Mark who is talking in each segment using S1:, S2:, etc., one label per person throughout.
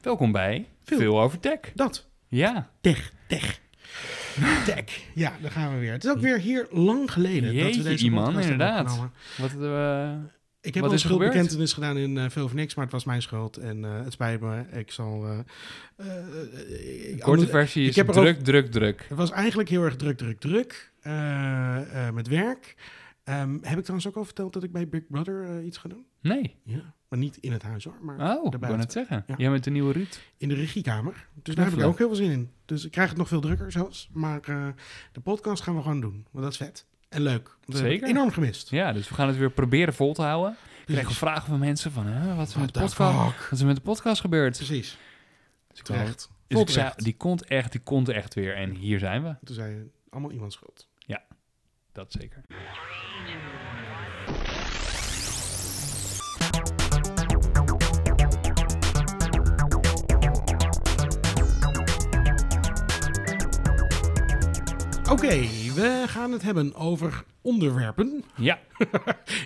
S1: Welkom bij
S2: Veel.
S1: Veel, over Tech.
S2: Dat.
S1: Ja,
S2: Tech. Tech. Tech. Ja, daar gaan we weer. Het is ook weer hier lang geleden dat we
S1: Jeetje,
S2: deze
S1: Iman,
S2: podcast hebben
S1: inderdaad.
S2: opgenomen.
S1: wat eh,
S2: Ik heb
S1: Wat
S2: al een
S1: is er gebeurd?
S2: schuldbekentenis gedaan in eh, Veel of Niks, maar het was mijn schuld. En eh, het spijt me. Ik zal... eh, eh, ik-
S1: korte versie
S2: ik
S1: is
S2: heb er
S1: druk, druk, druk.
S2: Het was eigenlijk heel erg druk, druk, druk eh, eh, met werk. Ehm, heb ik trouwens ook al verteld dat ik bij Big Brother eh, iets ga doen?
S1: Nee.
S2: Ja. Maar niet in het huis hoor, maar
S1: Oh, ik
S2: Daarbij
S1: wou net
S2: het-
S1: zeggen.
S2: ja.
S1: Jij bent de nieuwe Ruud.
S2: in de regiekamer. Dus daar heb ik
S1: Knuffeler.
S2: ook heel veel zin in. Dus ik krijg het nog veel drukker zelfs. Maar eh, de podcast gaan we gewoon doen, want dat is vet. En leuk. Want dat heb ik
S1: Zeker.
S2: enorm gemist.
S1: Ja, dus we gaan het weer proberen vol te houden. Ik
S2: Precies.
S1: krijg vragen van mensen van, hè, wat, is er met de
S2: What the
S1: podcast,
S2: fuck?
S1: wat is er met de podcast gebeurd?
S2: Precies.
S1: Dus ik dacht,
S2: Terecht.
S1: dus
S2: Vol
S1: ik zei,
S2: terecht.
S1: die komt echt, die komt echt weer. En hier zijn we.
S2: Toen zei je, allemaal iemands schuld.
S1: Dat zeker.
S2: Oké, we gaan het hebben over onderwerpen
S1: Ja,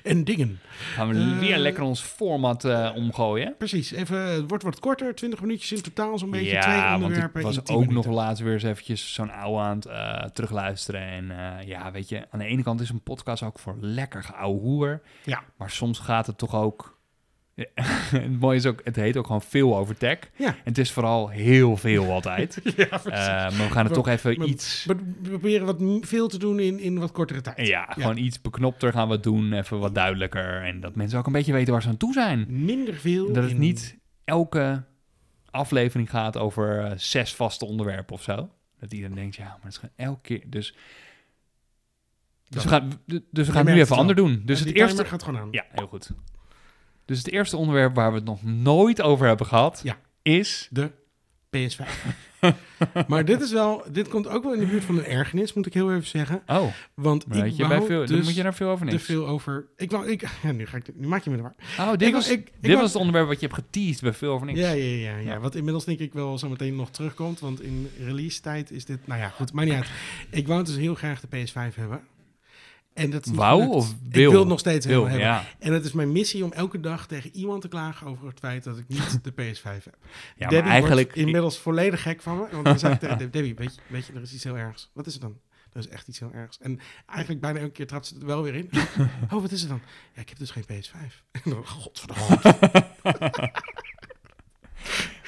S2: en dingen.
S1: gaan we
S2: Eh,
S1: weer lekker ons format eh, omgooien.
S2: Precies, even, het wordt wat korter, 20 minuutjes in totaal, zo'n beetje twee
S1: Ja, want ik
S2: onderwerpen.
S1: was
S2: in
S1: ook
S2: 10
S1: nog
S2: minuten.
S1: laatst weer eens eventjes zo'n ouwe aan het eh, terugluisteren. En eh, ja, weet je, aan de ene kant is een podcast ook voor lekker geouwehoer.
S2: Ja.
S1: Maar soms gaat het toch ook... Ja, het mooie is ook, het heet ook gewoon veel over tech.
S2: Ja.
S1: En het is vooral heel veel altijd.
S2: Ja,
S1: Eh,
S2: precies.
S1: maar we gaan het
S2: Maar-
S1: toch even
S2: maar-
S1: iets...
S2: Maar we proberen wat m- veel te doen in, in wat kortere tijd.
S1: Ja, gewoon iets beknopter gaan we het doen. Even wat duidelijker. En dat mensen ook een beetje weten waar ze aan toe zijn.
S2: Minder veel.
S1: Dat het
S2: in-
S1: niet elke aflevering gaat over eh, zes vaste onderwerpen of zo. Dat iedereen denkt, ja, maar het is gewoon elke keer. Dus, dus
S2: Dat-
S1: we gaan, dus we
S2: merkt
S1: gaan nu
S2: het
S1: even
S2: wel.
S1: ander doen. Dus
S2: Ja,
S1: het
S2: die
S1: eerste.
S2: timer gaat gewoon aan.
S1: Ja, heel goed. Dus het eerste onderwerp waar we het nog nooit over hebben gehad
S2: Ja.
S1: is.
S2: De PS5. maar dit is wel, dit komt ook wel in de buurt van een ergernis, moet ik heel even zeggen.
S1: Oh,
S2: Want
S1: maar weet
S2: ik
S1: je, bij
S2: wou
S1: veel, dan
S2: dus
S1: moet je daar veel over
S2: te
S1: niks.
S2: veel over. Ik wou, ik, ja, nu, ga ik, nu maak je me er waar.
S1: Oh, dit,
S2: ik-
S1: was,
S2: ik- ik
S1: dit
S2: wou-
S1: was het onderwerp wat je hebt geteased bij veel over niks.
S2: Ja, ja, ja, ja,
S1: Ja.
S2: Wat inmiddels denk ik wel zo meteen nog terugkomt. Want in release tijd is dit... Nou ja, goed. Maar niet uit. Ik wou dus heel graag de PS5 hebben. En dat is niet
S1: Wou
S2: gelukt.
S1: of
S2: Ik
S1: wil?
S2: wil het nog steeds
S1: Wil,
S2: helemaal hebben.
S1: ja.
S2: En het is mijn missie om elke dag tegen iemand te klagen over het feit dat ik niet de PS5 heb.
S1: ja,
S2: Debbie
S1: maar eigenlijk.
S2: wordt inmiddels volledig gek van me. Want dan zei ik tegen Deb- Debbie, weet je, weet je, er is iets heel ergs. Wat is het dan? Er is echt iets heel ergs. En eigenlijk bijna elke keer trapt ze het wel weer in. Oh, wat is het dan? Ja, ik heb dus geen PS5. En dan,
S1: Oh,
S2: godverdomme.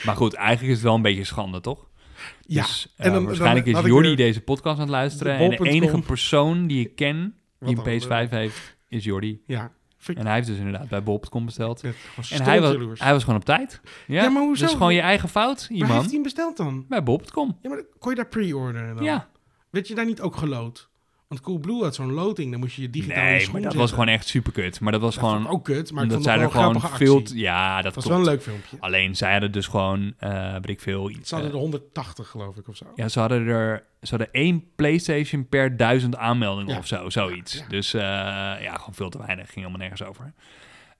S1: Maar goed, eigenlijk is het wel een beetje schande, toch?
S2: Ja.
S1: Dus,
S2: en
S1: eh,
S2: dan-
S1: waarschijnlijk
S2: dan- laat
S1: is
S2: ik
S1: Jordi
S2: weer-
S1: deze podcast aan het luisteren.
S2: De
S1: En de
S2: bol.com.
S1: enige persoon die ik ken die
S2: Wat
S1: een PS5
S2: dan? eh.
S1: heeft, is Jordi.
S2: Ja. Vind ik-
S1: En hij heeft dus inderdaad bij bol.com besteld.
S2: Ik werd gewoon
S1: En hij was,
S2: stootjaloers.
S1: hij was gewoon op tijd. Ja,
S2: Ja, maar hoezo?
S1: Dat is gewoon je eigen fout,
S2: Waar heeft
S1: iemand.
S2: hij hem besteld dan?
S1: Bij bol.com.
S2: Ja, maar dan- kon je daar pre-orderen dan?
S1: Ja.
S2: Werd je daar niet ook gelood? Want Coolblue had zo'n loting, dan moest je je digitaal in je
S1: Nee,
S2: schoen
S1: maar dat
S2: zetten.
S1: was gewoon echt super kut. Maar dat was
S2: Dat vond
S1: gewoon...
S2: ik ook kut, maar ik
S1: omdat
S2: vond het
S1: zij er
S2: wel een
S1: gewoon
S2: grappige
S1: veel...
S2: actie.
S1: te- Ja, dat
S2: Het was
S1: klopt.
S2: wel een leuk filmpje.
S1: Alleen zij hadden dus gewoon, eh weet ik veel... iets.
S2: Ze hadden er 180 geloof ik of zo.
S1: Ja, ze hadden er ze hadden één PlayStation per duizend aanmeldingen
S2: Ja.
S1: of zo, zoiets.
S2: Ja, ja.
S1: Dus eh, ja, gewoon veel te weinig. Ging helemaal nergens over.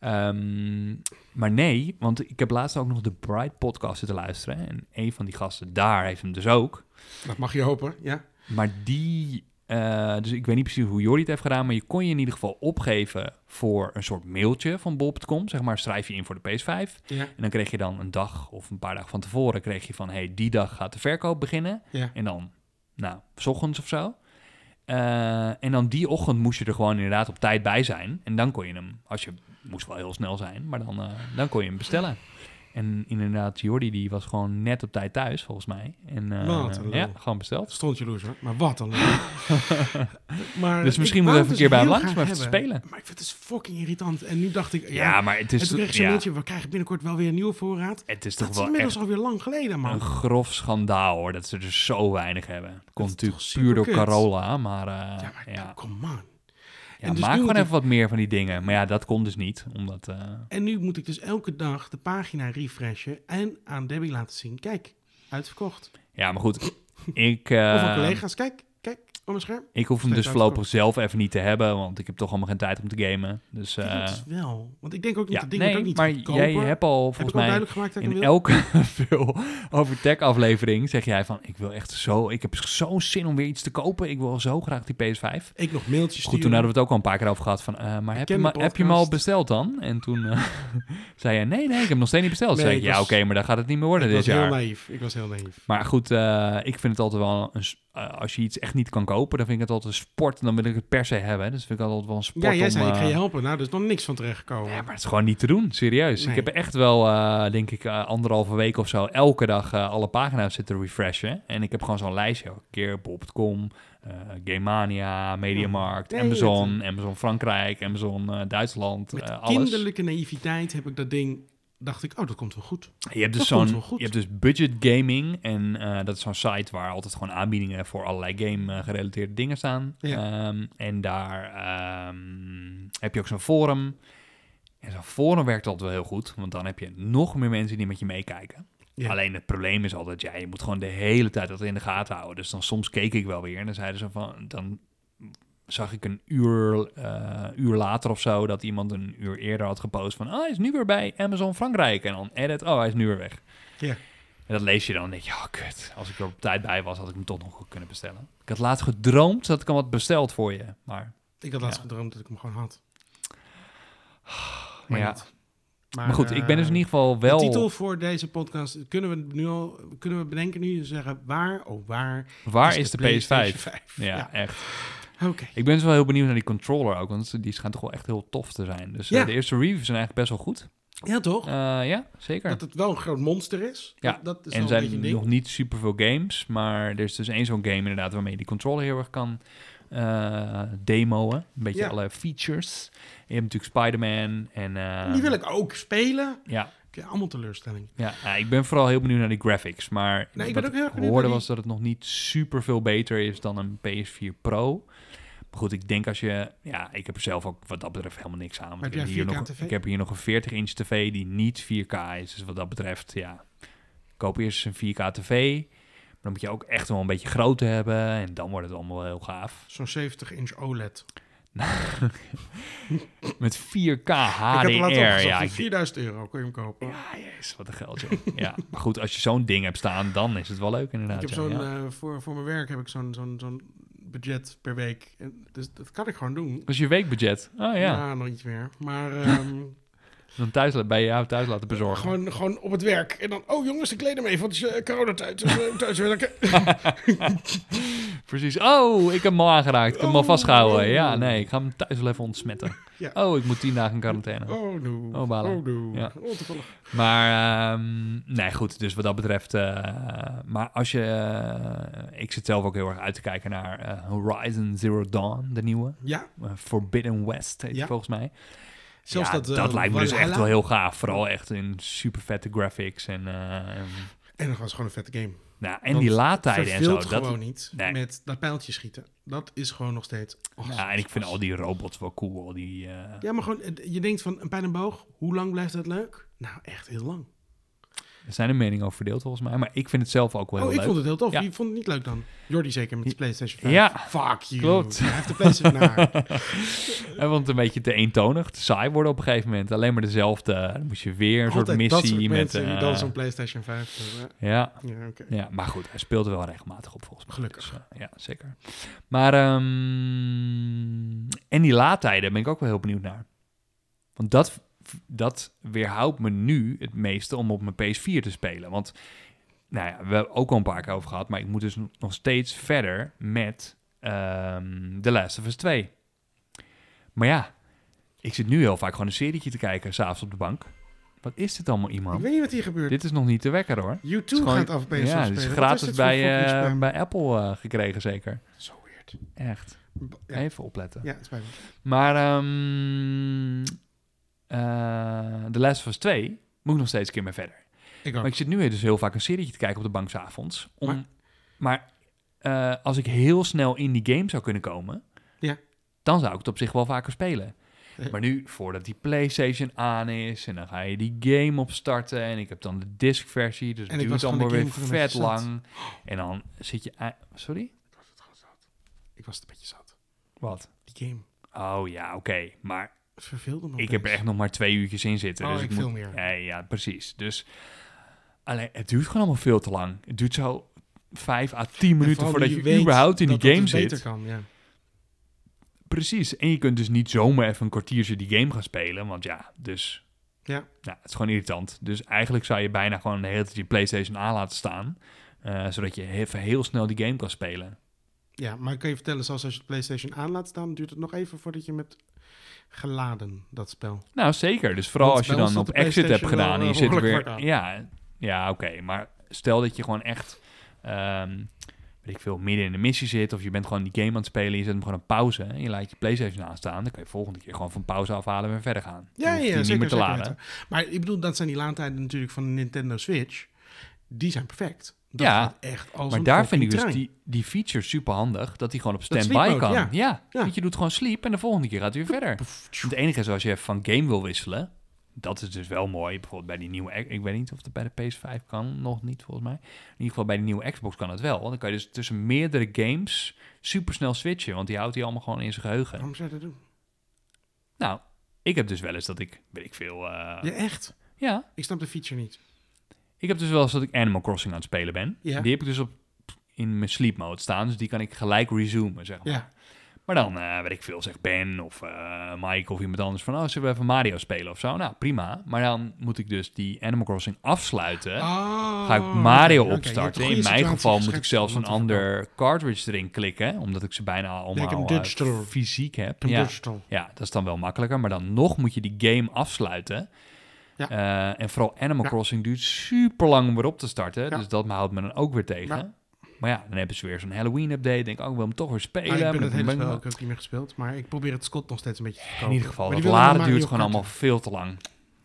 S1: Ehm, maar nee, want ik heb laatst ook nog de Bright podcast zitten luisteren. En een van die gasten daar heeft hem dus ook.
S2: Dat mag je hopen, ja.
S1: Maar die, eh, dus ik weet niet precies hoe Jordi het heeft gedaan, maar je kon je in ieder geval opgeven voor een soort mailtje van bol.com. Zeg maar, schrijf je in voor de PS5.
S2: Ja,
S1: En dan kreeg je dan een dag of een paar dagen van tevoren, kreeg je van, hey, die dag gaat de verkoop beginnen.
S2: ja.
S1: En dan, nou, s ochtends of zo. Eh, en dan die ochtend moest je er gewoon inderdaad op tijd bij zijn. En dan kon je hem, als je moest wel heel snel zijn, maar dan, eh, dan kon je hem bestellen. En inderdaad, Jordi die was gewoon net op tijd thuis, volgens mij. En eh,
S2: Wat een
S1: ja,
S2: lul.
S1: gewoon besteld.
S2: Stond je hoor. Maar wat dan? maar
S1: Dus
S2: ik
S1: misschien
S2: wou
S1: moet even
S2: het
S1: een keer bij hem
S2: heel
S1: langs om
S2: graag
S1: even te
S2: hebben.
S1: spelen.
S2: Maar ik vind het dus fucking irritant. En nu dacht ik, ja,
S1: Ja, maar het
S2: en
S1: is,
S2: toen kreeg ik zo'n
S1: ja,
S2: mailtje, we krijgen binnenkort wel weer een nieuwe voorraad.
S1: het is
S2: Dat
S1: toch
S2: is
S1: wel
S2: inmiddels
S1: echt
S2: alweer lang geleden, man.
S1: een grof schandaal hoor, dat ze er zo weinig hebben.
S2: is
S1: komt natuurlijk
S2: toch
S1: puur door
S2: superkut?
S1: Carola, maar, eh,
S2: ja,
S1: ja,
S2: maar come on.
S1: Ja,
S2: en dus nu
S1: maak gewoon
S2: moet ik-
S1: even wat meer van die dingen. Maar ja, dat komt dus niet, omdat... eh,
S2: En nu moet ik dus elke dag de pagina refreshen en aan Debbie laten zien. Kijk, uitverkocht.
S1: Ja, maar goed. Ik,
S2: Of aan
S1: eh,
S2: collega's, kijk, kijk. Oh, mijn scherm?
S1: Ik hoef hem
S2: Steeds
S1: dus voorlopig zelf even niet te hebben, want ik heb toch allemaal geen tijd om te gamen. Dus eh,
S2: Ik denk het wel. Want ik denk ook niet,
S1: ja,
S2: dat ding wordt
S1: nee,
S2: ook niet
S1: maar
S2: goedkoper.
S1: jij hebt al
S2: Heb ik ook
S1: volgens mij
S2: duidelijk gemaakt dat ik hem
S1: in
S2: wil?
S1: elke veel over tech aflevering zeg jij van ik wil echt zo, ik heb zo'n zin om weer iets te kopen. Ik wil zo graag die PS5.
S2: Ik nog mailtjes
S1: Goed, toen
S2: sturen.
S1: hadden we het ook al een paar keer over gehad van, eh, maar heb je,
S2: ken
S1: ma-
S2: de
S1: heb je hem al
S2: podcast.
S1: besteld dan? En toen eh, zei hij, nee, nee, ik heb hem nog steeds niet besteld. Toen
S2: Nee,
S1: zei ik,
S2: ik
S1: ja,
S2: was-
S1: oké, maar dan gaat het niet meer worden
S2: Ik
S1: dit
S2: was heel
S1: jaar.
S2: naïef. Ik was heel naïef.
S1: Maar goed, eh, ik vind het altijd wel, een, s- eh, als je iets echt niet kan kopen, dan vind ik het altijd een sport. En dan wil ik het per se hebben. Dus vind ik het altijd wel een sport
S2: Ja, jij
S1: om...
S2: zei, ik ga
S1: eh,
S2: je helpen. Nou, er is nog niks van terechtgekomen.
S1: ja, maar het is gewoon niet te doen, serieus. Ik
S2: Nee.
S1: heb echt wel, eh, denk ik, eh, anderhalve week of zo elke dag eh, alle pagina's zitten refreshen. En ik heb gewoon zo'n lijstje. Elke keer bol.com, eh Gamemania, Mediamarkt,
S2: Nee,
S1: Amazon, Amazon Frankrijk, Amazon eh, Duitsland,
S2: Met
S1: eh, alles.
S2: kinderlijke naïviteit heb ik dat ding... Dacht ik, oh, dat komt wel goed.
S1: Je hebt dus
S2: Dat komt
S1: zo'n,
S2: wel goed.
S1: je hebt dus budget gaming en eh, dat is zo'n site waar altijd gewoon aanbiedingen voor allerlei game eh, gerelateerde dingen staan.
S2: Ja.
S1: Ehm, en daar ehm, heb je ook zo'n forum. En zo'n forum werkt altijd wel heel goed, want dan heb je nog meer mensen die met je meekijken.
S2: Ja.
S1: Alleen het probleem is altijd, ja, je moet gewoon de hele tijd dat in de gaten houden. Dus dan soms keek ik wel weer en dan zeiden ze van, dan zag ik een uur, eh, uur later of zo dat iemand een uur eerder had gepost van, oh, hij is nu weer bij Amazon Frankrijk. En dan edit, oh, hij is nu weer weg.
S2: Ja.
S1: En dat lees je dan en denk je, oh, kut. Als ik er op tijd bij was, had ik hem toch nog kunnen bestellen. Ik had laatst gedroomd dat ik hem had besteld voor je, maar...
S2: Ik had laatst
S1: Ja.
S2: gedroomd dat ik hem gewoon had. Maar
S1: ja.
S2: niet.
S1: Maar goed, ik ben dus in
S2: eh,
S1: ieder geval wel...
S2: De titel voor deze podcast kunnen we nu al kunnen we bedenken nu en zeggen waar oh waar
S1: Waar is de, PS5?
S2: PlayStation
S1: Ja,
S2: Ja.
S1: echt.
S2: Oké.
S1: Ik ben dus wel heel benieuwd naar die controller ook, want die schijnt toch wel echt heel tof te zijn. Dus eh,
S2: Ja.
S1: de eerste reviews zijn eigenlijk best wel goed.
S2: Ja toch?
S1: Eh, ja, zeker.
S2: dat het wel een groot monster is.
S1: Ja,
S2: Dat, dat is wel
S1: en
S2: een beetje een
S1: zijn
S2: ding.
S1: nog niet super veel games, maar er is dus één zo'n game inderdaad waarmee je die controller heel erg kan eh demoen. Een beetje
S2: Ja.
S1: alle features. En je hebt natuurlijk Spider-Man en... eh,
S2: Die wil ik ook spelen.
S1: Ja,
S2: Heb je allemaal teleurstelling.
S1: ja Nou, ik ben vooral heel benieuwd naar die graphics, maar
S2: Nee, ik ben
S1: wat
S2: ook heel erg benieuwd
S1: hoorde
S2: naar
S1: was
S2: die-
S1: dat het nog niet super veel beter is dan een PS4 Pro. Maar goed, ik denk als je... Ja, ik heb er zelf ook wat dat betreft helemaal niks aan. want
S2: Heb
S1: ik, heb
S2: jij
S1: hier
S2: 4K
S1: nog,
S2: TV?
S1: ik heb hier nog een 40-inch tv die niet 4K is. Dus wat dat betreft, ja... Koop eerst een 4K tv. Maar dan moet je ook echt wel een beetje grootte hebben. En dan wordt het allemaal wel heel gaaf.
S2: Zo'n 70 inch E OLED.
S1: Met 4K
S2: ik
S1: HDR.
S2: heb er laatst dus op
S1: ja,
S2: ja,
S1: ik
S2: 4000 euro kun je hem kopen.
S1: Ja, jezus, wat een geld, joh. ja. Maar goed, als je zo'n ding hebt staan, dan is het wel leuk inderdaad.
S2: ik heb
S1: ja,
S2: zo'n
S1: ja.
S2: eh, voor, voor mijn werk heb ik zo'n zo'n zo'n budget per week. En, dus dat kan ik gewoon doen.
S1: Dat is je weekbudget. Oh ja,
S2: Nou, nog iets meer. Maar ehm,
S1: dan thuis, la- bij jou thuis laten bezorgen.
S2: Gewoon, gewoon op het werk. En dan, oh jongens, ik kleed hem even, want het is eh, coronatijd. Dus, eh, thuis werken.
S1: Precies. Oh, ik heb hem al aangeraakt. Ik heb hem al
S2: Oh,
S1: vastgehouden.
S2: oh.
S1: Ja, nee, ik ga hem thuis wel even ontsmetten.
S2: Ja.
S1: Oh, ik moet tien dagen in quarantaine.
S2: Oh no.
S1: Oh, balen.
S2: no.
S1: Ja.
S2: Oh, toevallig.
S1: Maar, ehm, nee, goed. Dus wat dat betreft... eh, maar als je... eh, ik zit zelf ook heel erg uit te kijken naar eh, Horizon Zero Dawn, de nieuwe.
S2: Ja,
S1: Eh, Forbidden West heet die
S2: Ja.
S1: volgens mij.
S2: zelfs
S1: Ja,
S2: dat... eh,
S1: lijkt me dus echt
S2: Valhalla.
S1: wel heel gaaf. Vooral echt in super vette graphics. En, eh, en-
S2: En nog was gewoon een vette game.
S1: nou, en
S2: Dat
S1: die laadtijden en zo.
S2: Verveelt
S1: Dat,
S2: gewoon niet
S1: Nee.
S2: met dat pijltje schieten. Dat is gewoon nog steeds... oh,
S1: ja, en ik vind al die robots wel cool. Al die, eh,
S2: Ja, maar gewoon, eh, je denkt van een pijl en boog, hoe lang blijft dat leuk? Nou, echt heel lang.
S1: Er zijn er meningen over verdeeld volgens mij. Maar ik vind het zelf ook wel
S2: oh,
S1: heel
S2: ik
S1: leuk.
S2: vond het heel tof.
S1: Ja.
S2: Je vond het niet leuk dan? Jordi zeker met de PlayStation 5.
S1: Ja.
S2: Fuck you.
S1: Klopt.
S2: Hij heeft de PlayStation nou, naar.
S1: Hij vond het een beetje te eentonig, te saai worden op een gegeven moment. Alleen maar dezelfde. Dan moest je weer een soort
S2: Altijd
S1: missie
S2: dat soort mensen
S1: met.
S2: die
S1: eh,
S2: dan zo'n PlayStation 5 hebben.
S1: ja,
S2: Ja, oké.
S1: ja, maar goed, hij speelde wel regelmatig op volgens mij.
S2: Gelukkig.
S1: Dus, eh, ja, zeker. Maar ehm, en die laadtijden ben ik ook wel heel benieuwd naar. Want dat, dat weerhoudt me nu het meeste om op mijn PS4 te spelen. Want nou ja, we hebben ook al een paar keer over gehad, maar ik moet dus nog steeds verder met ehm The Last of Us 2. Maar ja, ik zit nu heel vaak gewoon een serietje te kijken, s'avonds op de bank. Wat is dit allemaal,
S2: Ik
S1: iemand?
S2: weet niet wat hier gebeurt.
S1: Dit is nog niet te wekker, hoor.
S2: YouTube
S1: Het is gewoon-
S2: gaat af en
S1: Ja,
S2: spelen.
S1: dus
S2: Wat is
S1: gratis
S2: dit voor
S1: bij,
S2: fucking
S1: eh,
S2: spam?
S1: bij Apple eh, gekregen, zeker.
S2: Zo weird.
S1: Echt.
S2: Ja,
S1: Even opletten.
S2: ja, het spijt me.
S1: Maar ehm eh, The Last of Us 2 moet ik nog steeds een keer mee verder.
S2: Ik ook.
S1: Maar ik zit nu dus heel vaak een serietje te kijken op de bank 's avonds. Om, maar
S2: Maar-
S1: eh, als ik heel snel in die game zou kunnen komen,
S2: Ja.
S1: dan zou ik het op zich wel vaker spelen.
S2: Ja.
S1: Maar nu, voordat die PlayStation aan is en dan ga je die game opstarten en ik heb dan de disc-versie, dus het
S2: En ik
S1: duurt
S2: was
S1: allemaal
S2: gewoon de
S1: weer
S2: game gewoon
S1: vet
S2: even zat.
S1: lang. En dan zit je... a- Sorry?
S2: Ik Ik was het een beetje zat.
S1: Wat?
S2: Die game
S1: Oh ja, oké. Maar
S2: verveelde me.
S1: ik heb er
S2: opeens.
S1: echt nog maar twee uurtjes in zitten.
S2: Oh,
S1: dus
S2: ik
S1: moet-
S2: veel meer.
S1: Ja, ja, precies. Dus alleen, het duurt gewoon allemaal veel te lang. Het duurt zo vijf à tien
S2: En
S1: minuten
S2: vooral
S1: voordat
S2: nu
S1: je
S2: weet
S1: überhaupt in die
S2: dat dat
S1: game
S2: dus
S1: zit.
S2: beter kan, ja.
S1: Precies. En je kunt dus niet zomaar even een kwartiertje die game gaan spelen. Want ja, dus...
S2: Ja.
S1: Nou, het is gewoon irritant. Dus eigenlijk zou je bijna gewoon de hele tijd je PlayStation aan laten staan. eh, zodat je even heel snel die game kan spelen.
S2: ja, maar ik kan je vertellen, zoals als je de PlayStation aan laat staan, duurt het nog even voordat je hem hebt geladen, dat spel.
S1: Nou, zeker. Dus vooral
S2: Want
S1: als je
S2: bij ons
S1: dan
S2: zat
S1: op
S2: de
S1: exit hebt gedaan
S2: PlayStation wel,
S1: en je
S2: eh,
S1: zit
S2: behoorlijk
S1: weer...
S2: hard
S1: Ja, ja oké. Maar stel dat je gewoon echt, ehm, weet ik veel, midden in de missie zit... of je bent gewoon die game aan het spelen, je zet hem gewoon op pauze... en je laat je PlayStation aanstaan... dan kun je volgende keer gewoon van pauze afhalen en weer verder gaan. Dan
S2: Ja,
S1: hoef je
S2: ja,
S1: die
S2: zeker,
S1: niet meer te
S2: zeker
S1: laden.
S2: weten. Maar ik bedoel, dat zijn die laadtijden natuurlijk van de Nintendo Switch. Die zijn perfect. Dat
S1: Ja,
S2: gaat echt als
S1: Maar
S2: een
S1: daar vind ik
S2: fucking
S1: dus
S2: trein.
S1: die, die feature super handig. Dat hij gewoon op
S2: Dat
S1: standby
S2: sleep
S1: kan.
S2: mode,
S1: Ja.
S2: ja. Ja.
S1: Want je doet gewoon sleep en de volgende keer gaat hij weer verder. Het enige is als je van game wil wisselen. Dat is dus wel mooi. Bijvoorbeeld bij die nieuwe... Ik weet niet of dat bij de PS5 kan. Nog niet volgens mij. In ieder geval bij de nieuwe Xbox kan het wel. Want dan kan je dus tussen meerdere games supersnel switchen. Want die houdt hij allemaal gewoon in zijn geheugen.
S2: Waarom zou je dat doen?
S1: Nou, ik heb dus wel eens dat ik... Weet ik veel... eh,
S2: Ja, echt.
S1: ja,
S2: Ik snap de feature niet.
S1: Ik heb dus wel eens dat ik Animal Crossing aan het spelen ben.
S2: Ja.
S1: Die heb ik dus op, in mijn sleep mode staan. Dus die kan ik gelijk resumen, zeg maar.
S2: Ja.
S1: Maar dan, eh weet ik veel, zeg Ben of eh, Mike of iemand anders van... Oh, zullen we even Mario spelen of zo? Nou, prima. Maar dan moet ik dus die Animal Crossing afsluiten.
S2: Oh,
S1: Ga ik
S2: oké,
S1: Mario
S2: oké, je hebt
S1: opstarten.
S2: een
S1: in
S2: goede
S1: mijn
S2: situatie
S1: geval moet ik
S2: geschetst
S1: zelfs
S2: om
S1: een
S2: het te verkopen.
S1: ander cartridge erin klikken. Omdat ik ze bijna
S2: ik heb
S1: allemaal
S2: een
S1: eh,
S2: digital.
S1: fysiek heb.
S2: Een
S1: Ja.
S2: digital.
S1: Ja, dat is dan wel makkelijker. Maar dan nog moet je die game afsluiten.
S2: Ja.
S1: Eh, en vooral Animal
S2: Ja.
S1: Crossing duurt super lang om weer op te starten.
S2: Ja.
S1: Dus dat houdt me dan ook weer tegen.
S2: Ja.
S1: Maar ja, dan hebben ze weer zo'n Halloween-update. Denk ik, oh, ik wil hem toch weer spelen.
S2: Ah, ik
S1: Maar
S2: ben het
S1: dan
S2: hele
S1: ben ik
S2: spel
S1: wel-
S2: ook, ook niet meer gespeeld. Maar ik probeer het Scott nog steeds een beetje te kopen.
S1: In ieder geval,
S2: Maar
S1: dat
S2: die wil dan
S1: laden
S2: Mario
S1: duurt gewoon
S2: Kart.
S1: allemaal veel te lang.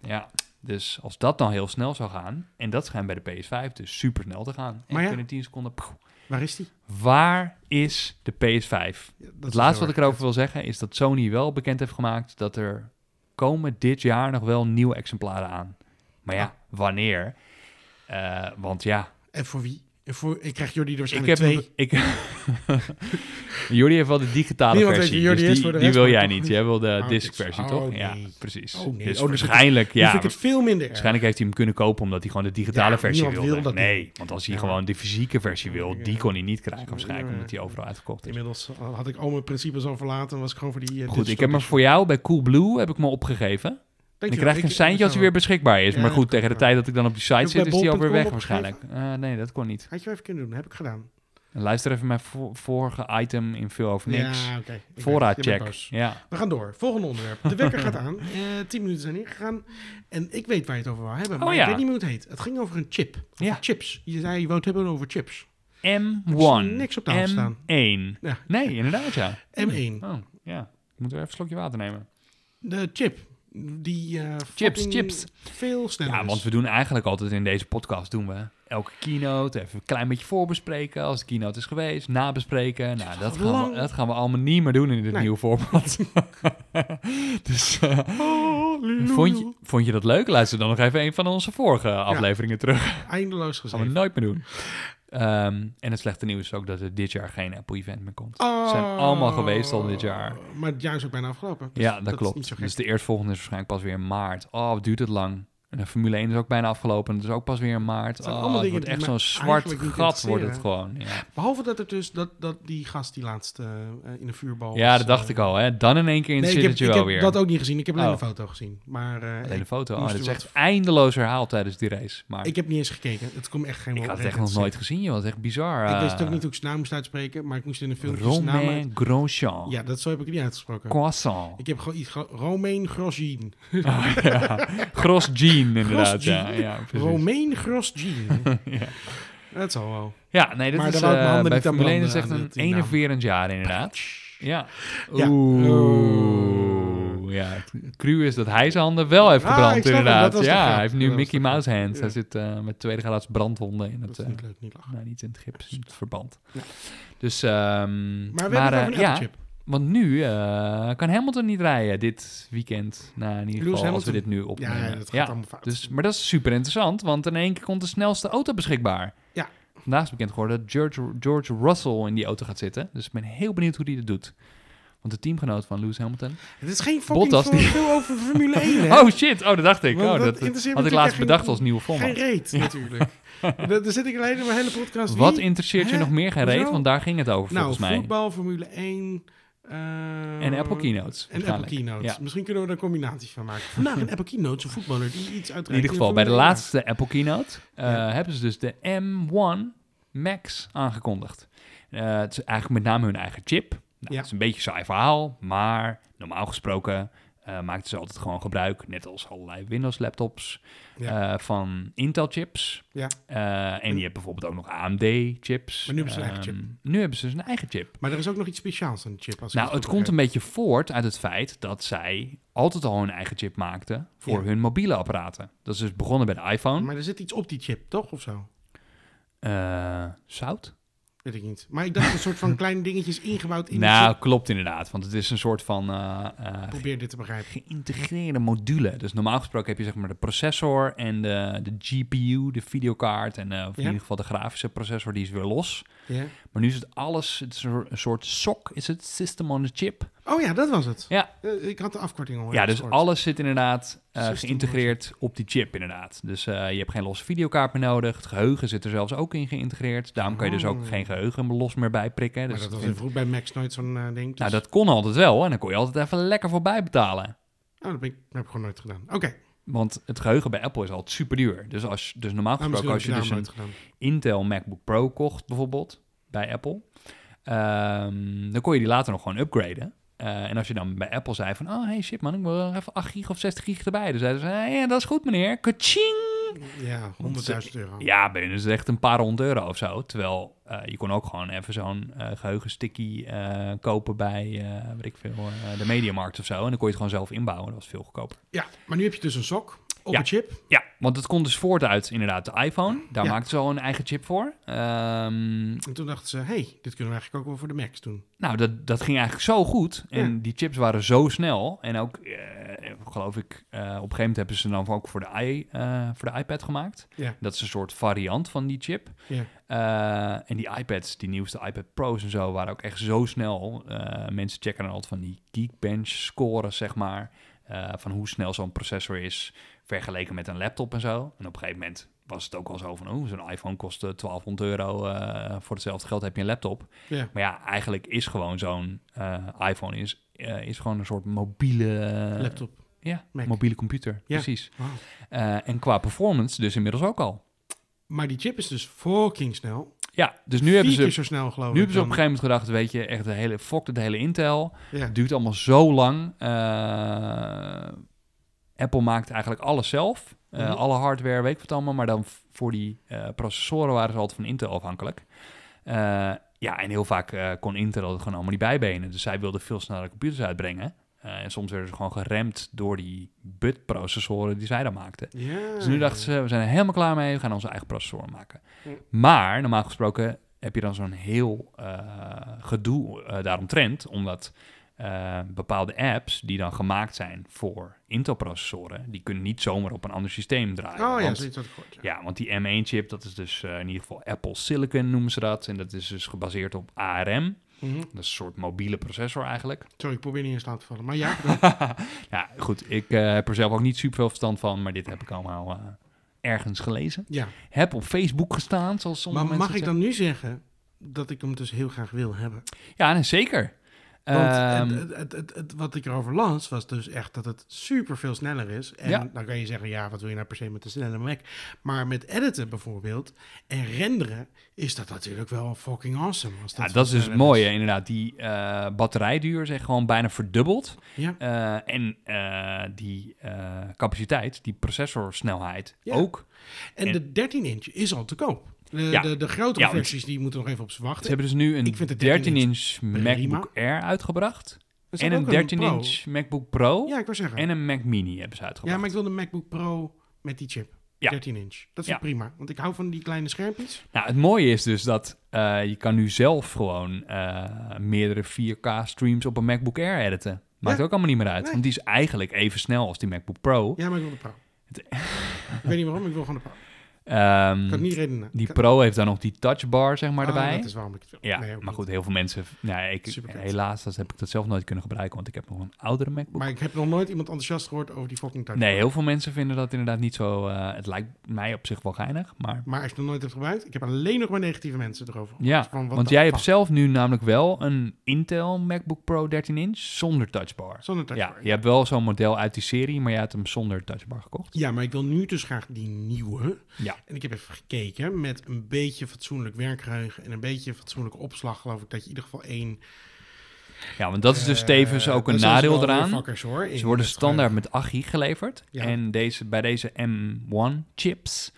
S1: Ja, dus als dat dan heel snel zou gaan... en dat schijnt bij de PS5 dus super snel te gaan. En
S2: Maar ja.
S1: binnen 10 seconden... poeh.
S2: Waar is die?
S1: waar is de PS5?
S2: Ja, dat is
S1: Het
S2: heel
S1: laatste wat ik
S2: erg
S1: erover wil zeggen is dat Sony wel bekend heeft gemaakt dat er komen dit jaar nog wel nieuwe exemplaren aan. Maar
S2: Ah.
S1: ja, wanneer? Eh, want ja,
S2: vet. En voor wie? En voor, ik krijg Jordi er
S1: ik
S2: waarschijnlijk
S1: heb...
S2: twee.
S1: een- Ik, Jordi heeft wel de digitale
S2: Niemand weet
S1: versie,
S2: wie Jordi
S1: dus
S2: is
S1: die,
S2: voor de
S1: die
S2: rest,
S1: wil
S2: maar
S1: jij
S2: toch
S1: niet.
S2: niet.
S1: Jij wil de
S2: Oh,
S1: disc
S2: dit is-
S1: versie, toch?
S2: oh,
S1: Ja,
S2: nee.
S1: precies.
S2: Oh, nee. Oh,
S1: Dus
S2: dan vind ik het-
S1: waarschijnlijk,
S2: Nu
S1: ja.
S2: vind ik het veel minder erg.
S1: Waarschijnlijk heeft hij hem kunnen kopen omdat hij gewoon de digitale
S2: Ja,
S1: versie
S2: niemand
S1: wilde.
S2: wil dat
S1: nee, want als hij
S2: Ja.
S1: gewoon de fysieke versie wil, die kon hij niet krijgen waarschijnlijk,
S2: Ja.
S1: omdat hij overal uitverkocht is.
S2: Inmiddels eh, had ik al mijn principes al verlaten en was ik gewoon voor die... eh,
S1: Goed,
S2: digital
S1: ik heb me
S2: edition.
S1: voor jou bij Coolblue heb ik me opgegeven.
S2: Dank
S1: Dan
S2: je
S1: krijg je
S2: wel.
S1: een seintje als hij weer beschikbaar is.
S2: Ja,
S1: maar
S2: dat
S1: goed,
S2: kan
S1: tegen de
S2: wel.
S1: tijd dat ik dan op die site
S2: ik
S1: zit,
S2: bij
S1: is die alweer
S2: bol.com
S1: weg
S2: opgegeven?
S1: waarschijnlijk. Eh, nee, dat kon niet.
S2: Had je wel even kunnen doen, heb ik gedaan.
S1: Luister even mijn vo- vorige item in veel over niks.
S2: Ja, oké. Ik weet het, je bent
S1: Voorraadcheck.
S2: boos.
S1: Ja.
S2: We gaan door. Volgende onderwerp. De wekker gaat aan. Eh, tien minuten zijn ingegaan. En ik weet waar je het over wil hebben,
S1: Oh,
S2: maar
S1: ja.
S2: ik weet niet meer hoe het heet. Het ging over een chip. Over
S1: Ja.
S2: Chips. Je zei, je wou het hebben over chips.
S1: M1.
S2: dus niks op tafel staan.
S1: M1.
S2: Ja.
S1: Nee, inderdaad ja.
S2: M1.
S1: Oh, ja. Ik moet weer even een slokje water nemen.
S2: De chip. Die eh,
S1: Chips,
S2: fucking
S1: chips.
S2: veel sneller
S1: Ja,
S2: is.
S1: want we doen eigenlijk altijd in deze podcast doen we elke keynote even een klein beetje voorbespreken als de keynote is geweest, nabespreken. Nou, dat gaan, we,
S2: lang.
S1: dat gaan we allemaal niet meer doen in dit
S2: Nee.
S1: nieuwe format. dus eh, vond, je, vond je dat leuk? Luister dan nog even een van onze vorige afleveringen terug.
S2: Eindeloos
S1: Dat gaan we
S2: gezegd.
S1: nooit meer doen. Ehm, en het slechte nieuws is ook dat er dit jaar geen Apple-event meer komt.
S2: Oh.
S1: Ze zijn allemaal geweest al dit jaar.
S2: Maar het jaar is ook bijna afgelopen. Dus
S1: ja, dat,
S2: is niet zo
S1: klopt.
S2: gek.
S1: Dus de eerstvolgende is waarschijnlijk pas weer in maart. Oh, wat duurt het lang. En de Formule 1 is ook bijna afgelopen. Dat is ook pas weer in maart.
S2: Het zijn
S1: Oh,
S2: allemaal
S1: het
S2: dingen
S1: wordt echt
S2: die
S1: zo'n
S2: me
S1: zwart
S2: eigenlijk niet
S1: gat wordt het
S2: interesseren.
S1: gewoon. Ja,
S2: Behalve dat er dus dat, dat die gast die laatst eh, eh, in een vuurbal
S1: ja
S2: was,
S1: dat dacht
S2: eh,
S1: ik al. Hè. Dan in één keer in
S2: Nee, ik
S1: zit
S2: heb,
S1: het je
S2: ik
S1: wel
S2: heb
S1: weer.
S2: dat ook niet gezien. Ik heb alleen
S1: Oh.
S2: een foto gezien. Maar eh,
S1: Alleen de
S2: ik,
S1: foto. Oh,
S2: moest
S1: dat is
S2: er
S1: echt eindeloos herhaald tijdens die race. Maar
S2: ik
S1: ik,
S2: heb niet eens gekeken. Het komt echt geen
S1: had het
S2: recht
S1: echt nog
S2: te
S1: nooit gezien. joh. Dat is echt bizar.
S2: zeggen. Ik wist
S1: Eh,
S2: ook niet hoe ik zijn naam moest uitspreken, maar ik moest in een filmpje zijn naam uit...
S1: Romain Grosjean.
S2: Ja, dat zo heb ik het niet uitgesproken.
S1: Croissant.
S2: Ik heb gewoon iets... ge- Romain Grosjean.
S1: Oh, ja. Grosjean inderdaad. Ja,
S2: Grosjean.
S1: ja, precies.
S2: Romain Grosjean.
S1: Ja.
S2: Dat zal wel.
S1: Ja, nee, dat
S2: Maar
S1: is
S2: daar wou ik mijn
S1: eh
S2: handen
S1: bij
S2: niet aan
S1: Formule 1 is echt
S2: branden aan
S1: een
S2: die- die naam.
S1: enerverend jaar inderdaad. Ja.
S2: Ja. Oh.
S1: Oeh. Ja, het cru is dat hij zijn handen wel heeft
S2: Ah,
S1: gebrand
S2: ik snap hem,
S1: inderdaad.
S2: dat was de
S1: ja,
S2: grap.
S1: hij heeft nu
S2: Dat was de
S1: Mickey Mouse hands.
S2: Ja.
S1: Hij zit eh, met tweede graads brandwonden in
S2: Dat
S1: het...
S2: is
S1: eh,
S2: niet leuk, niet lachen.
S1: nou, niet in het gips, in het verband.
S2: Ja.
S1: Dus, ehm,
S2: Maar we hebben
S1: eh,
S2: het over een
S1: ja,
S2: Apple-chip.
S1: want nu eh, kan Hamilton niet rijden dit weekend. Nou, in ieder
S2: Lewis
S1: geval als we
S2: Hamilton.
S1: dit nu opnemen.
S2: Ja, ja, dat gaat allemaal fout.
S1: Dus, maar dat is super interessant, want in één keer komt de snelste auto beschikbaar.
S2: Ja.
S1: vandaag is bekend geworden dat George, George Russell in die auto gaat zitten. Dus ik ben heel benieuwd hoe die dat doet. Want de teamgenoot van Lewis Hamilton.
S2: Het is geen fucking
S1: Bottas die-
S2: veel over Formule 1, hè?
S1: Oh shit, oh dat dacht ik.
S2: Want
S1: Oh,
S2: dat
S1: dat,
S2: interesseert me
S1: had ik
S2: natuurlijk
S1: laatst
S2: echt
S1: bedacht
S2: geen-
S1: als nieuwe format.
S2: geen reet, natuurlijk. Daar daar zit ik alleen maar mijn hele podcast.
S1: Wat
S2: Wie?
S1: interesseert je
S2: Hè?
S1: nog meer geen reet?
S2: Hoezo?
S1: Want daar ging het over
S2: Nou,
S1: volgens mij.
S2: voetbal, Formule 1... eh,
S1: En Apple Keynotes.
S2: En Apple
S1: waarschijnlijk.
S2: Keynotes.
S1: Ja.
S2: Misschien kunnen we daar een combinatie van maken. Vandaag een Apple Keynotes, een voetballer die iets uitreikt.
S1: In ieder geval,
S2: de
S1: bij de
S2: Formule
S1: laatste Apple Keynote eh,
S2: Ja.
S1: hebben ze dus de M1 Max aangekondigd. Eh, het is eigenlijk met name hun eigen chip. Nou,
S2: Ja.
S1: Het is een beetje een saai verhaal, maar normaal gesproken eh maakten ze altijd gewoon gebruik, net als allerlei Windows-laptops,
S2: Ja.
S1: eh, van Intel-chips.
S2: Ja.
S1: Eh, en die hebben bijvoorbeeld ook nog AMD-chips.
S2: Maar nu hebben ze een eigen
S1: Nu hebben ze dus een eigen chip.
S2: één. Maar er is ook nog iets speciaals aan de chip. Als ik
S1: Nou,
S2: goed
S1: het komt
S2: begrijp.
S1: een beetje voort uit het feit dat zij altijd al hun eigen chip maakten voor
S2: Ja.
S1: hun mobiele apparaten. Dat is dus begonnen bij de iPhone.
S2: Maar er zit iets op die chip, toch? Of zo?
S1: Eh, zout?
S2: Weet ik niet. Maar ik dacht een soort van kleine dingetjes ingebouwd in de
S1: nou,
S2: chip.
S1: klopt inderdaad. Want het is een soort van eh, eh,
S2: Ik Probeer dit te begrijpen.
S1: geïntegreerde module. Dus normaal gesproken heb je zeg maar de processor en de, de GPU, de videokaart en eh, of in
S2: Ja.
S1: ieder geval de grafische processor, die is weer los.
S2: Ja.
S1: Maar nu is het alles, het is een een soort SOC, is het, System on a Chip.
S2: Oh ja, dat was het.
S1: Ja.
S2: Eh, ik had de afkorting al.
S1: Ja, dus
S2: gehoord.
S1: alles zit inderdaad eh,
S2: System
S1: geïntegreerd op die chip inderdaad. Dus eh, je hebt geen losse videokaart meer nodig. Het geheugen zit er zelfs ook in geïntegreerd. Daarom kan je dus ook
S2: Oh.
S1: geen geheugen los meer bij prikken. Dus
S2: Maar dat
S1: het
S2: was
S1: vindt-
S2: vroeg bij Max nooit zo'n eh, ding. Dus...
S1: Nou, dat kon altijd wel. En dan kon je altijd even lekker voorbij betalen.
S2: Oh, dat, ben ik, dat heb ik gewoon nooit gedaan. Oké.
S1: Want het geheugen bij Apple is altijd super duur. Dus, als, dus normaal
S2: Nou,
S1: gesproken,
S2: misschien heb
S1: als
S2: ik
S1: je
S2: het
S1: dus
S2: daarom
S1: een
S2: nooit gedaan.
S1: Intel MacBook Pro kocht, bijvoorbeeld, bij Apple, ehm, dan kon je die later nog gewoon upgraden. Eh, en als je dan bij Apple zei van, oh hey shit man, ik wil nog even 8 gig of 60 gig erbij. Dan zeiden ze, "Ah, ja dat is goed meneer, kaching.
S2: Ja, 100.000 euro.
S1: eh, Ja, ben je dus echt een paar honderd euro of zo. Terwijl eh, je kon ook gewoon even zo'n eh geheugensticky eh, kopen bij, eh, weet ik veel, eh, de Mediamarkt of zo. En dan kon je het gewoon zelf inbouwen, dat was veel goedkoper.
S2: Ja, maar nu heb je dus een sok op
S1: Ja.
S2: een chip.
S1: Ja, want het komt dus voort uit inderdaad de iPhone. Daar
S2: Ja.
S1: maakten ze al een eigen chip voor. Ehm,
S2: En toen dachten ze, hé, hey, dit kunnen we eigenlijk ook wel voor de Max doen.
S1: nou, dat, dat ging eigenlijk zo goed. En
S2: Ja.
S1: die chips waren zo snel. En ook, eh, geloof ik, eh, op een gegeven moment hebben ze dan ook voor de, i, eh, voor de iPad gemaakt.
S2: Ja.
S1: Dat is een soort variant van die chip.
S2: Ja.
S1: Eh, en die iPads, die nieuwste iPad Pro's en zo, waren ook echt zo snel. Eh, mensen checken dan altijd van die Geekbench scores, zeg maar. Eh, van hoe snel zo'n processor is vergeleken met een laptop en zo. En op een gegeven moment was het ook al zo van, oh, zo'n iPhone kost eh, 1200 euro. eh, voor hetzelfde geld heb je een laptop.
S2: Ja.
S1: Maar ja, eigenlijk is gewoon zo'n eh, iPhone is, eh, is gewoon een soort mobiele...
S2: Laptop.
S1: Ja,
S2: Mac.
S1: mobiele computer,
S2: Ja.
S1: precies.
S2: Wauw.
S1: Eh, en qua performance dus inmiddels ook al.
S2: Maar die chip is dus fucking snel.
S1: Ja, dus nu
S2: Nu
S1: hebben
S2: Vier
S1: ze
S2: keer zo snel, geloof ik.
S1: nu hebben ze op
S2: Oh, dan-
S1: een gegeven moment gedacht, weet je, echt de hele, fuck het hele Intel.
S2: Ja.
S1: Het duurt allemaal zo lang. Eh, Apple maakt eigenlijk alles zelf. Eh,
S2: Mhm.
S1: Alle hardware, weet ik wat allemaal. Maar dan v- voor die eh, processoren waren ze altijd van Intel afhankelijk. Eh, ja, en heel vaak eh, kon Intel het gewoon allemaal niet bijbenen. Dus zij wilden veel snellere computers uitbrengen. Eh, en soms werden ze gewoon geremd door die BUT-processoren die zij dan maakten.
S2: Ja.
S1: Dus nu dachten ze, we zijn er helemaal klaar mee, we gaan onze eigen processoren maken.
S2: Mm. Ja.
S1: Maar normaal gesproken heb je dan zo'n heel eh, gedoe eh, daaromtrent, omdat eh, bepaalde apps die dan gemaakt zijn voor Intel-processoren, die kunnen niet zomaar op een ander systeem draaien.
S2: Oh ja,
S1: Want-
S2: zoiets had ik gehoord. Ja.
S1: ja, want die M1-chip, dat is dus eh, in ieder geval Apple Silicon noemen ze dat. En dat is dus gebaseerd op ARM.
S2: Mhm.
S1: Dat is een soort mobiele processor eigenlijk.
S2: Sorry, ik probeer niet in slaap te vallen. Maar ja,
S1: ja, goed, ik eh, heb er zelf ook niet super veel verstand van, maar dit heb ik allemaal eh, ergens gelezen
S2: ja.
S1: heb op Facebook gestaan, zoals sommige
S2: maar
S1: mensen
S2: mag ik
S1: het
S2: dan nu zeggen dat ik hem dus heel graag wil hebben?
S1: zeggen. Ja, nee, zeker.
S2: Want eh,
S1: Ehm,
S2: het, het, het, het- wat ik erover las, was dus echt dat het super veel sneller is. En
S1: Ja.
S2: dan kan je zeggen, ja, wat wil je nou per se met de snelle Mac? Maar met editen bijvoorbeeld en renderen is dat natuurlijk wel fucking awesome. Als dat
S1: ja,
S2: veel
S1: dat is dus
S2: sneller
S1: mooi, hè, inderdaad. Die eh, batterijduur is echt gewoon bijna verdubbeld.
S2: Ja.
S1: Eh, en eh, die eh, capaciteit, die processorsnelheid
S2: Ja.
S1: ook.
S2: En,
S1: En-
S2: de 13 inch is al te koop. De,
S1: Ja.
S2: de, de grotere
S1: Ja, want-
S2: versies die moeten nog even op ze
S1: Ze
S2: wachten.
S1: hebben dus nu
S2: Ik vind de
S1: een
S2: 13
S1: 13-inch MacBook Air uitgebracht.
S2: Er zit
S1: En
S2: ook
S1: een
S2: Pro.
S1: 13-inch MacBook Pro.
S2: Ja, ik wou zeggen.
S1: En een Mac Mini hebben ze
S2: ja,
S1: uitgebracht.
S2: maar ik wil de MacBook Pro met die chip.
S1: Ja.
S2: 13 inch. Dat vind ik
S1: Ja.
S2: prima. Want ik hou van die kleine schermpjes.
S1: Nou, het mooie is dus dat eh, je kan nu zelf gewoon eh, meerdere 4K-streams op een MacBook Air editen. Maakt
S2: Ja.
S1: ook allemaal niet meer uit,
S2: Nee.
S1: want die is eigenlijk even snel als die MacBook Pro.
S2: Ja, maar ik wil de Pro. ik weet niet waarom, ik wil gewoon de Pro.
S1: Ehm,
S2: kan niet redenen.
S1: die
S2: Kan-
S1: Pro heeft dan nog die touchbar, zeg maar,
S2: Ah,
S1: erbij.
S2: Dat is waarom ik het wil.
S1: Ja,
S2: Nee, ook
S1: maar
S2: niet.
S1: goed, heel veel mensen... Nou, ik,
S2: Superkut.
S1: helaas dat heb ik dat zelf nooit kunnen gebruiken, want ik heb nog een oudere MacBook.
S2: Maar ik heb nog nooit iemand enthousiast gehoord over die fucking touch.
S1: nee, heel veel mensen vinden dat inderdaad niet zo... eh, het lijkt mij op zich wel geinig, maar...
S2: Maar als je het nog nooit hebt gebruikt, ik heb alleen nog maar negatieve mensen erover. gehoord.
S1: Ja,
S2: Van, wat
S1: want
S2: de
S1: jij hebt
S2: fuck?
S1: zelf nu namelijk wel een Intel MacBook Pro 13 inch zonder touchbar.
S2: Zonder touch.
S1: Ja,
S2: bar.
S1: je hebt wel zo'n model uit die serie, maar jij hebt hem zonder touchbar gekocht.
S2: Ja, maar ik wil nu dus graag die nieuwe.
S1: Ja.
S2: En ik heb even gekeken met een beetje fatsoenlijk werkgeheugen en een beetje fatsoenlijke opslag, geloof ik, dat je in ieder geval één.
S1: Ja, want dat is dus
S2: eh,
S1: tevens ook een
S2: dat zijn
S1: nadeel
S2: wel
S1: eraan.
S2: motherfuckers, hoor, in
S1: Ze worden
S2: het
S1: standaard met 8 gig geleverd.
S2: Ja.
S1: En deze, bij deze M1-chips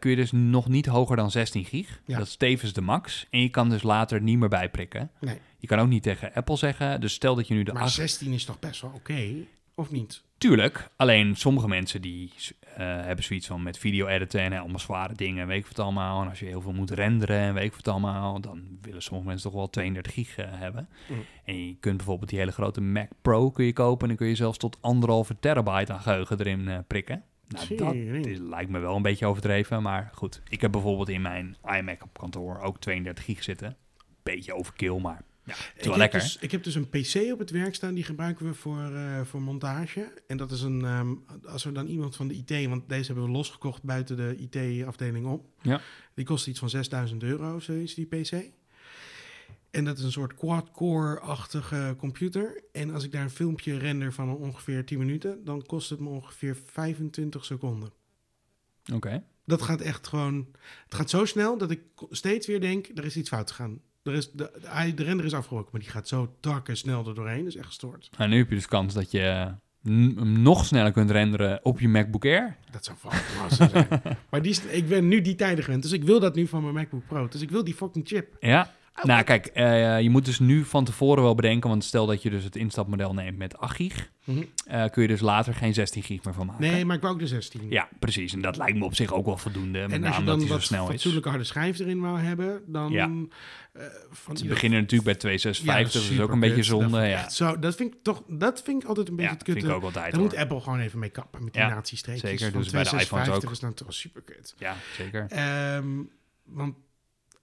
S1: kun je dus nog niet hoger dan 16 gig.
S2: Ja.
S1: Dat is tevens de max. En je kan dus later niet meer bijprikken.
S2: Nee.
S1: Je kan ook niet tegen Apple zeggen. Dus stel dat je nu de
S2: geheugen. Maar
S1: 8...
S2: 16 is toch best wel oké, of niet?
S1: Tuurlijk, alleen sommige mensen die eh, hebben zoiets van met video editen en eh, allemaal zware dingen en weet ik wat allemaal. En als je heel veel moet renderen en weet ik wat allemaal, dan willen sommige mensen toch wel 32 gig eh, hebben.
S2: Mm.
S1: En je kunt bijvoorbeeld die hele grote Mac Pro kun je kopen en dan kun je zelfs tot anderhalve terabyte aan geheugen erin eh, prikken. Nou, dat
S2: Tering.
S1: is- lijkt me wel een beetje overdreven, maar goed. Ik heb bijvoorbeeld in mijn iMac op kantoor ook 32 gig zitten. Beetje overkill, maar ja, het
S2: Ik
S1: is wel
S2: heb
S1: lekker.
S2: Dus, ik heb dus een PC op het werk staan, die gebruiken we voor, eh, voor montage. En dat is een, ehm, als we dan iemand van de IT, want deze hebben we losgekocht buiten de IT-afdeling om.
S1: Ja.
S2: Die kost iets van 6000 euro of zoiets, die PC. En dat is een soort quad-core-achtige computer. En als ik daar een filmpje render van ongeveer 10 minuten, dan kost het me ongeveer 25 seconden.
S1: Oké.
S2: Dat gaat echt gewoon. Het gaat zo snel dat ik ko- steeds weer denk: er is iets fout gegaan. Er is de, de, hij- de render is afgebroken, maar die gaat zo takken snel er doorheen. Dat is echt gestoord.
S1: En nu heb je dus kans dat je n- hem nog sneller kunt renderen op je MacBook Air.
S2: Dat zou fucking awesome zijn. Maar die, is- ik ben nu die tijden gewend, dus ik wil dat nu van mijn MacBook Pro. Dus ik wil die fucking chip.
S1: Ja. nou, kijk, eh, je moet dus nu van tevoren wel bedenken, want stel dat je dus het instapmodel neemt met 8 gig,
S2: Mhm.
S1: eh, kun je dus later geen 16 gig meer van maken.
S2: Nee, maar ik wou ook de 16.
S1: Ja, precies. En dat lijkt me op zich ook wel voldoende, met
S2: en als
S1: name
S2: je
S1: omdat
S2: dan
S1: hij zo
S2: wat
S1: snel is.
S2: fatsoenlijke harde schijf erin wou hebben, dan...
S1: Ja.
S2: eh, van
S1: Ze beginnen natuurlijk bij 256,
S2: Ja,
S1: dat is dus ook een
S2: superkut.
S1: beetje
S2: Dat
S1: zonde.
S2: vind ik
S1: Ja,
S2: echt Zo, dat vind ik toch, dat vind ik altijd een beetje
S1: ja
S2: het
S1: vind ik
S2: kutte.
S1: ook altijd
S2: Daar moet
S1: hoor.
S2: Apple gewoon even mee kappen met die
S1: Ja,
S2: natiestreepjes.
S1: zeker.
S2: van
S1: Dus bij de iPhones
S2: 256
S1: ook.
S2: is dan toch super kut.
S1: Ja, zeker.
S2: Ehm, want,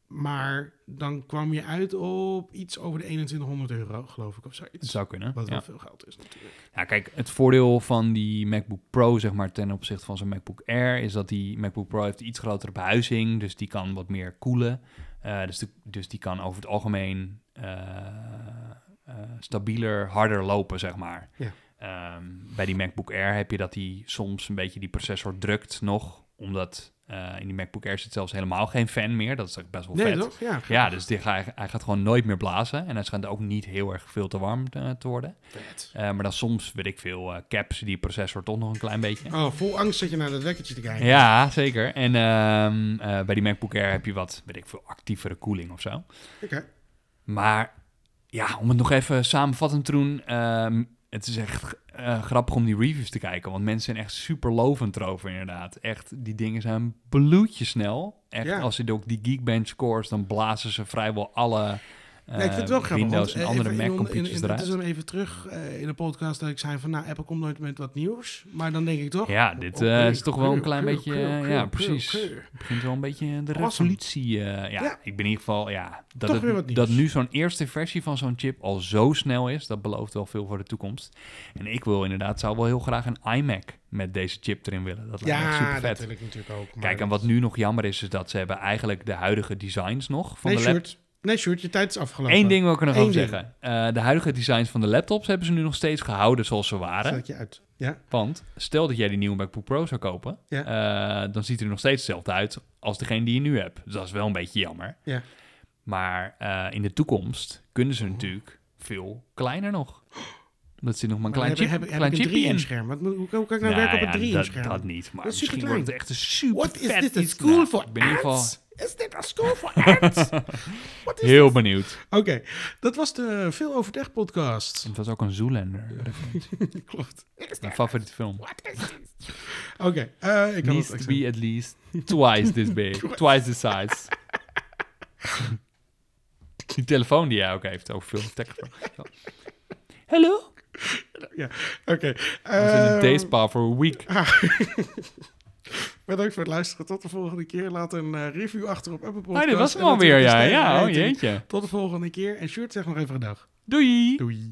S2: maar dan kwam je uit op iets over de 2100 euro, geloof ik, of
S1: Het
S2: zoiets.
S1: zou kunnen.
S2: Wat wel
S1: ja.
S2: veel geld is natuurlijk.
S1: Ja, kijk, het voordeel van die MacBook Pro, zeg maar, ten opzichte van zijn MacBook Air, is dat die MacBook Pro heeft iets grotere behuizing, dus die kan wat meer koelen. Eh, dus, de- dus die kan over het algemeen eh, eh, stabieler, harder lopen, zeg maar.
S2: Ja.
S1: Ehm, bij die MacBook Air heb je dat die soms een beetje die processor drukt nog, omdat eh, in die MacBook Air zit zelfs helemaal geen fan meer. Dat is ook best wel
S2: Nee,
S1: vet.
S2: toch? Ja.
S1: Ja, dus die ga, hij gaat gewoon nooit meer blazen. En hij schijnt ook niet heel erg veel te warm eh, te worden.
S2: Vet.
S1: Eh, maar dan soms, weet ik veel, eh, caps die processor toch nog een klein beetje.
S2: Oh, vol angst zat je naar dat wekkertje te kijken.
S1: Ja, zeker. En ehm, eh, bij die MacBook Air heb je wat, weet ik veel, actievere koeling of zo.
S2: Oké.
S1: Maar ja, om het nog even samenvattend te doen. ehm, het is echt eh, grappig om die reviews te kijken. Want mensen zijn echt super lovend erover, inderdaad. Echt, die dingen zijn bloedje snel. Echt,
S2: Ja.
S1: als je ook die Geekbench scores, dan blazen ze vrijwel alle eh,
S2: Nee, ik vind het wel grappig.
S1: Windows
S2: want,
S1: en
S2: eh,
S1: andere
S2: even in on- in- in-
S1: Mac-computers
S2: Het is
S1: eruit.
S2: dan even terug eh, in de podcast dat ik zei van, nou, Apple komt nooit met wat nieuws. Maar dan denk ik toch...
S1: Ja, dit
S2: oh,
S1: eh,
S2: keur,
S1: is toch wel een
S2: keur,
S1: klein
S2: keur,
S1: beetje...
S2: keur,
S1: eh,
S2: keur,
S1: ja,
S2: keur,
S1: precies.
S2: keur.
S1: begint wel een beetje de
S2: Awesome.
S1: revolutie. eh, ja,
S2: Ja.
S1: ik ben in ieder geval... Ja, dat,
S2: Toch weer wat
S1: het,
S2: nieuws.
S1: dat nu zo'n eerste versie van zo'n chip al zo snel is... dat belooft wel veel voor de toekomst. En ik wil inderdaad... zou wel heel graag een iMac met deze chip erin willen. Dat lijkt me echt
S2: Ja,
S1: super
S2: dat
S1: vet.
S2: wil ik natuurlijk ook. maar
S1: Kijk, en
S2: dat-
S1: wat nu nog jammer is... is dat ze hebben eigenlijk de huidige designs nog van
S2: Nee,
S1: de lap-
S2: Sjoerd. Nee, Sjoerd, je tijd is afgelopen.
S1: Eén ding wil ik er nog
S2: Eén
S1: over
S2: ding.
S1: zeggen. Eh, de huidige designs van de laptops hebben ze nu nog steeds gehouden zoals ze waren.
S2: Zet je uit. Ja.
S1: Want stel dat jij die nieuwe MacBook Pro zou kopen, eh, dan ziet hij er nog steeds hetzelfde uit als degene die je nu hebt. Dus dat is wel een beetje jammer.
S2: Ja.
S1: Maar eh, in de toekomst kunnen
S2: Oh.
S1: ze natuurlijk veel kleiner nog. Dat zit nog maar een klein,
S2: heb,
S1: chip,
S2: heb, heb
S1: klein
S2: ik een
S1: chipje in.
S2: 3 scherm? Wat, moet- hoe, hoe kan ik
S1: Nou
S2: nou werken op
S1: ja,
S2: een 3
S1: dat,
S2: scherm?
S1: dat niet, maar
S2: Dat is
S1: misschien
S2: superklein.
S1: wordt het echt een super
S2: What is
S1: vet
S2: dit? Een
S1: iets.
S2: school
S1: Nou,
S2: voor
S1: ik ben in ieder geval
S2: ants? Is dit een school voor ants? Wat is
S1: heel benieuwd.
S2: Oké, dat was de Veel Overdag podcast.
S1: Het was ook een Zoolander.
S2: Klopt. Is
S1: Mijn favoriete film.
S2: Wat is dit? Oké, eh, ik had
S1: Needs
S2: het
S1: to
S2: accent.
S1: be at least twice this big. twice the size. die telefoon die jij ook heeft, ook veel tekst. Hello,
S2: Ja, oké.
S1: I was in a
S2: ehm,
S1: day spa for a week.
S2: Bedankt voor het luisteren. Tot de volgende keer. Laat een eh, review achter op Apple Podcast.
S1: Ah, dit was hem
S2: En
S1: alweer, ja.
S2: natuurlijk een
S1: Ja, oh
S2: sterrenrating.
S1: jeetje.
S2: Tot de volgende keer. En Sjoerd, zeg nog even een dag.
S1: Doei.
S2: Doei.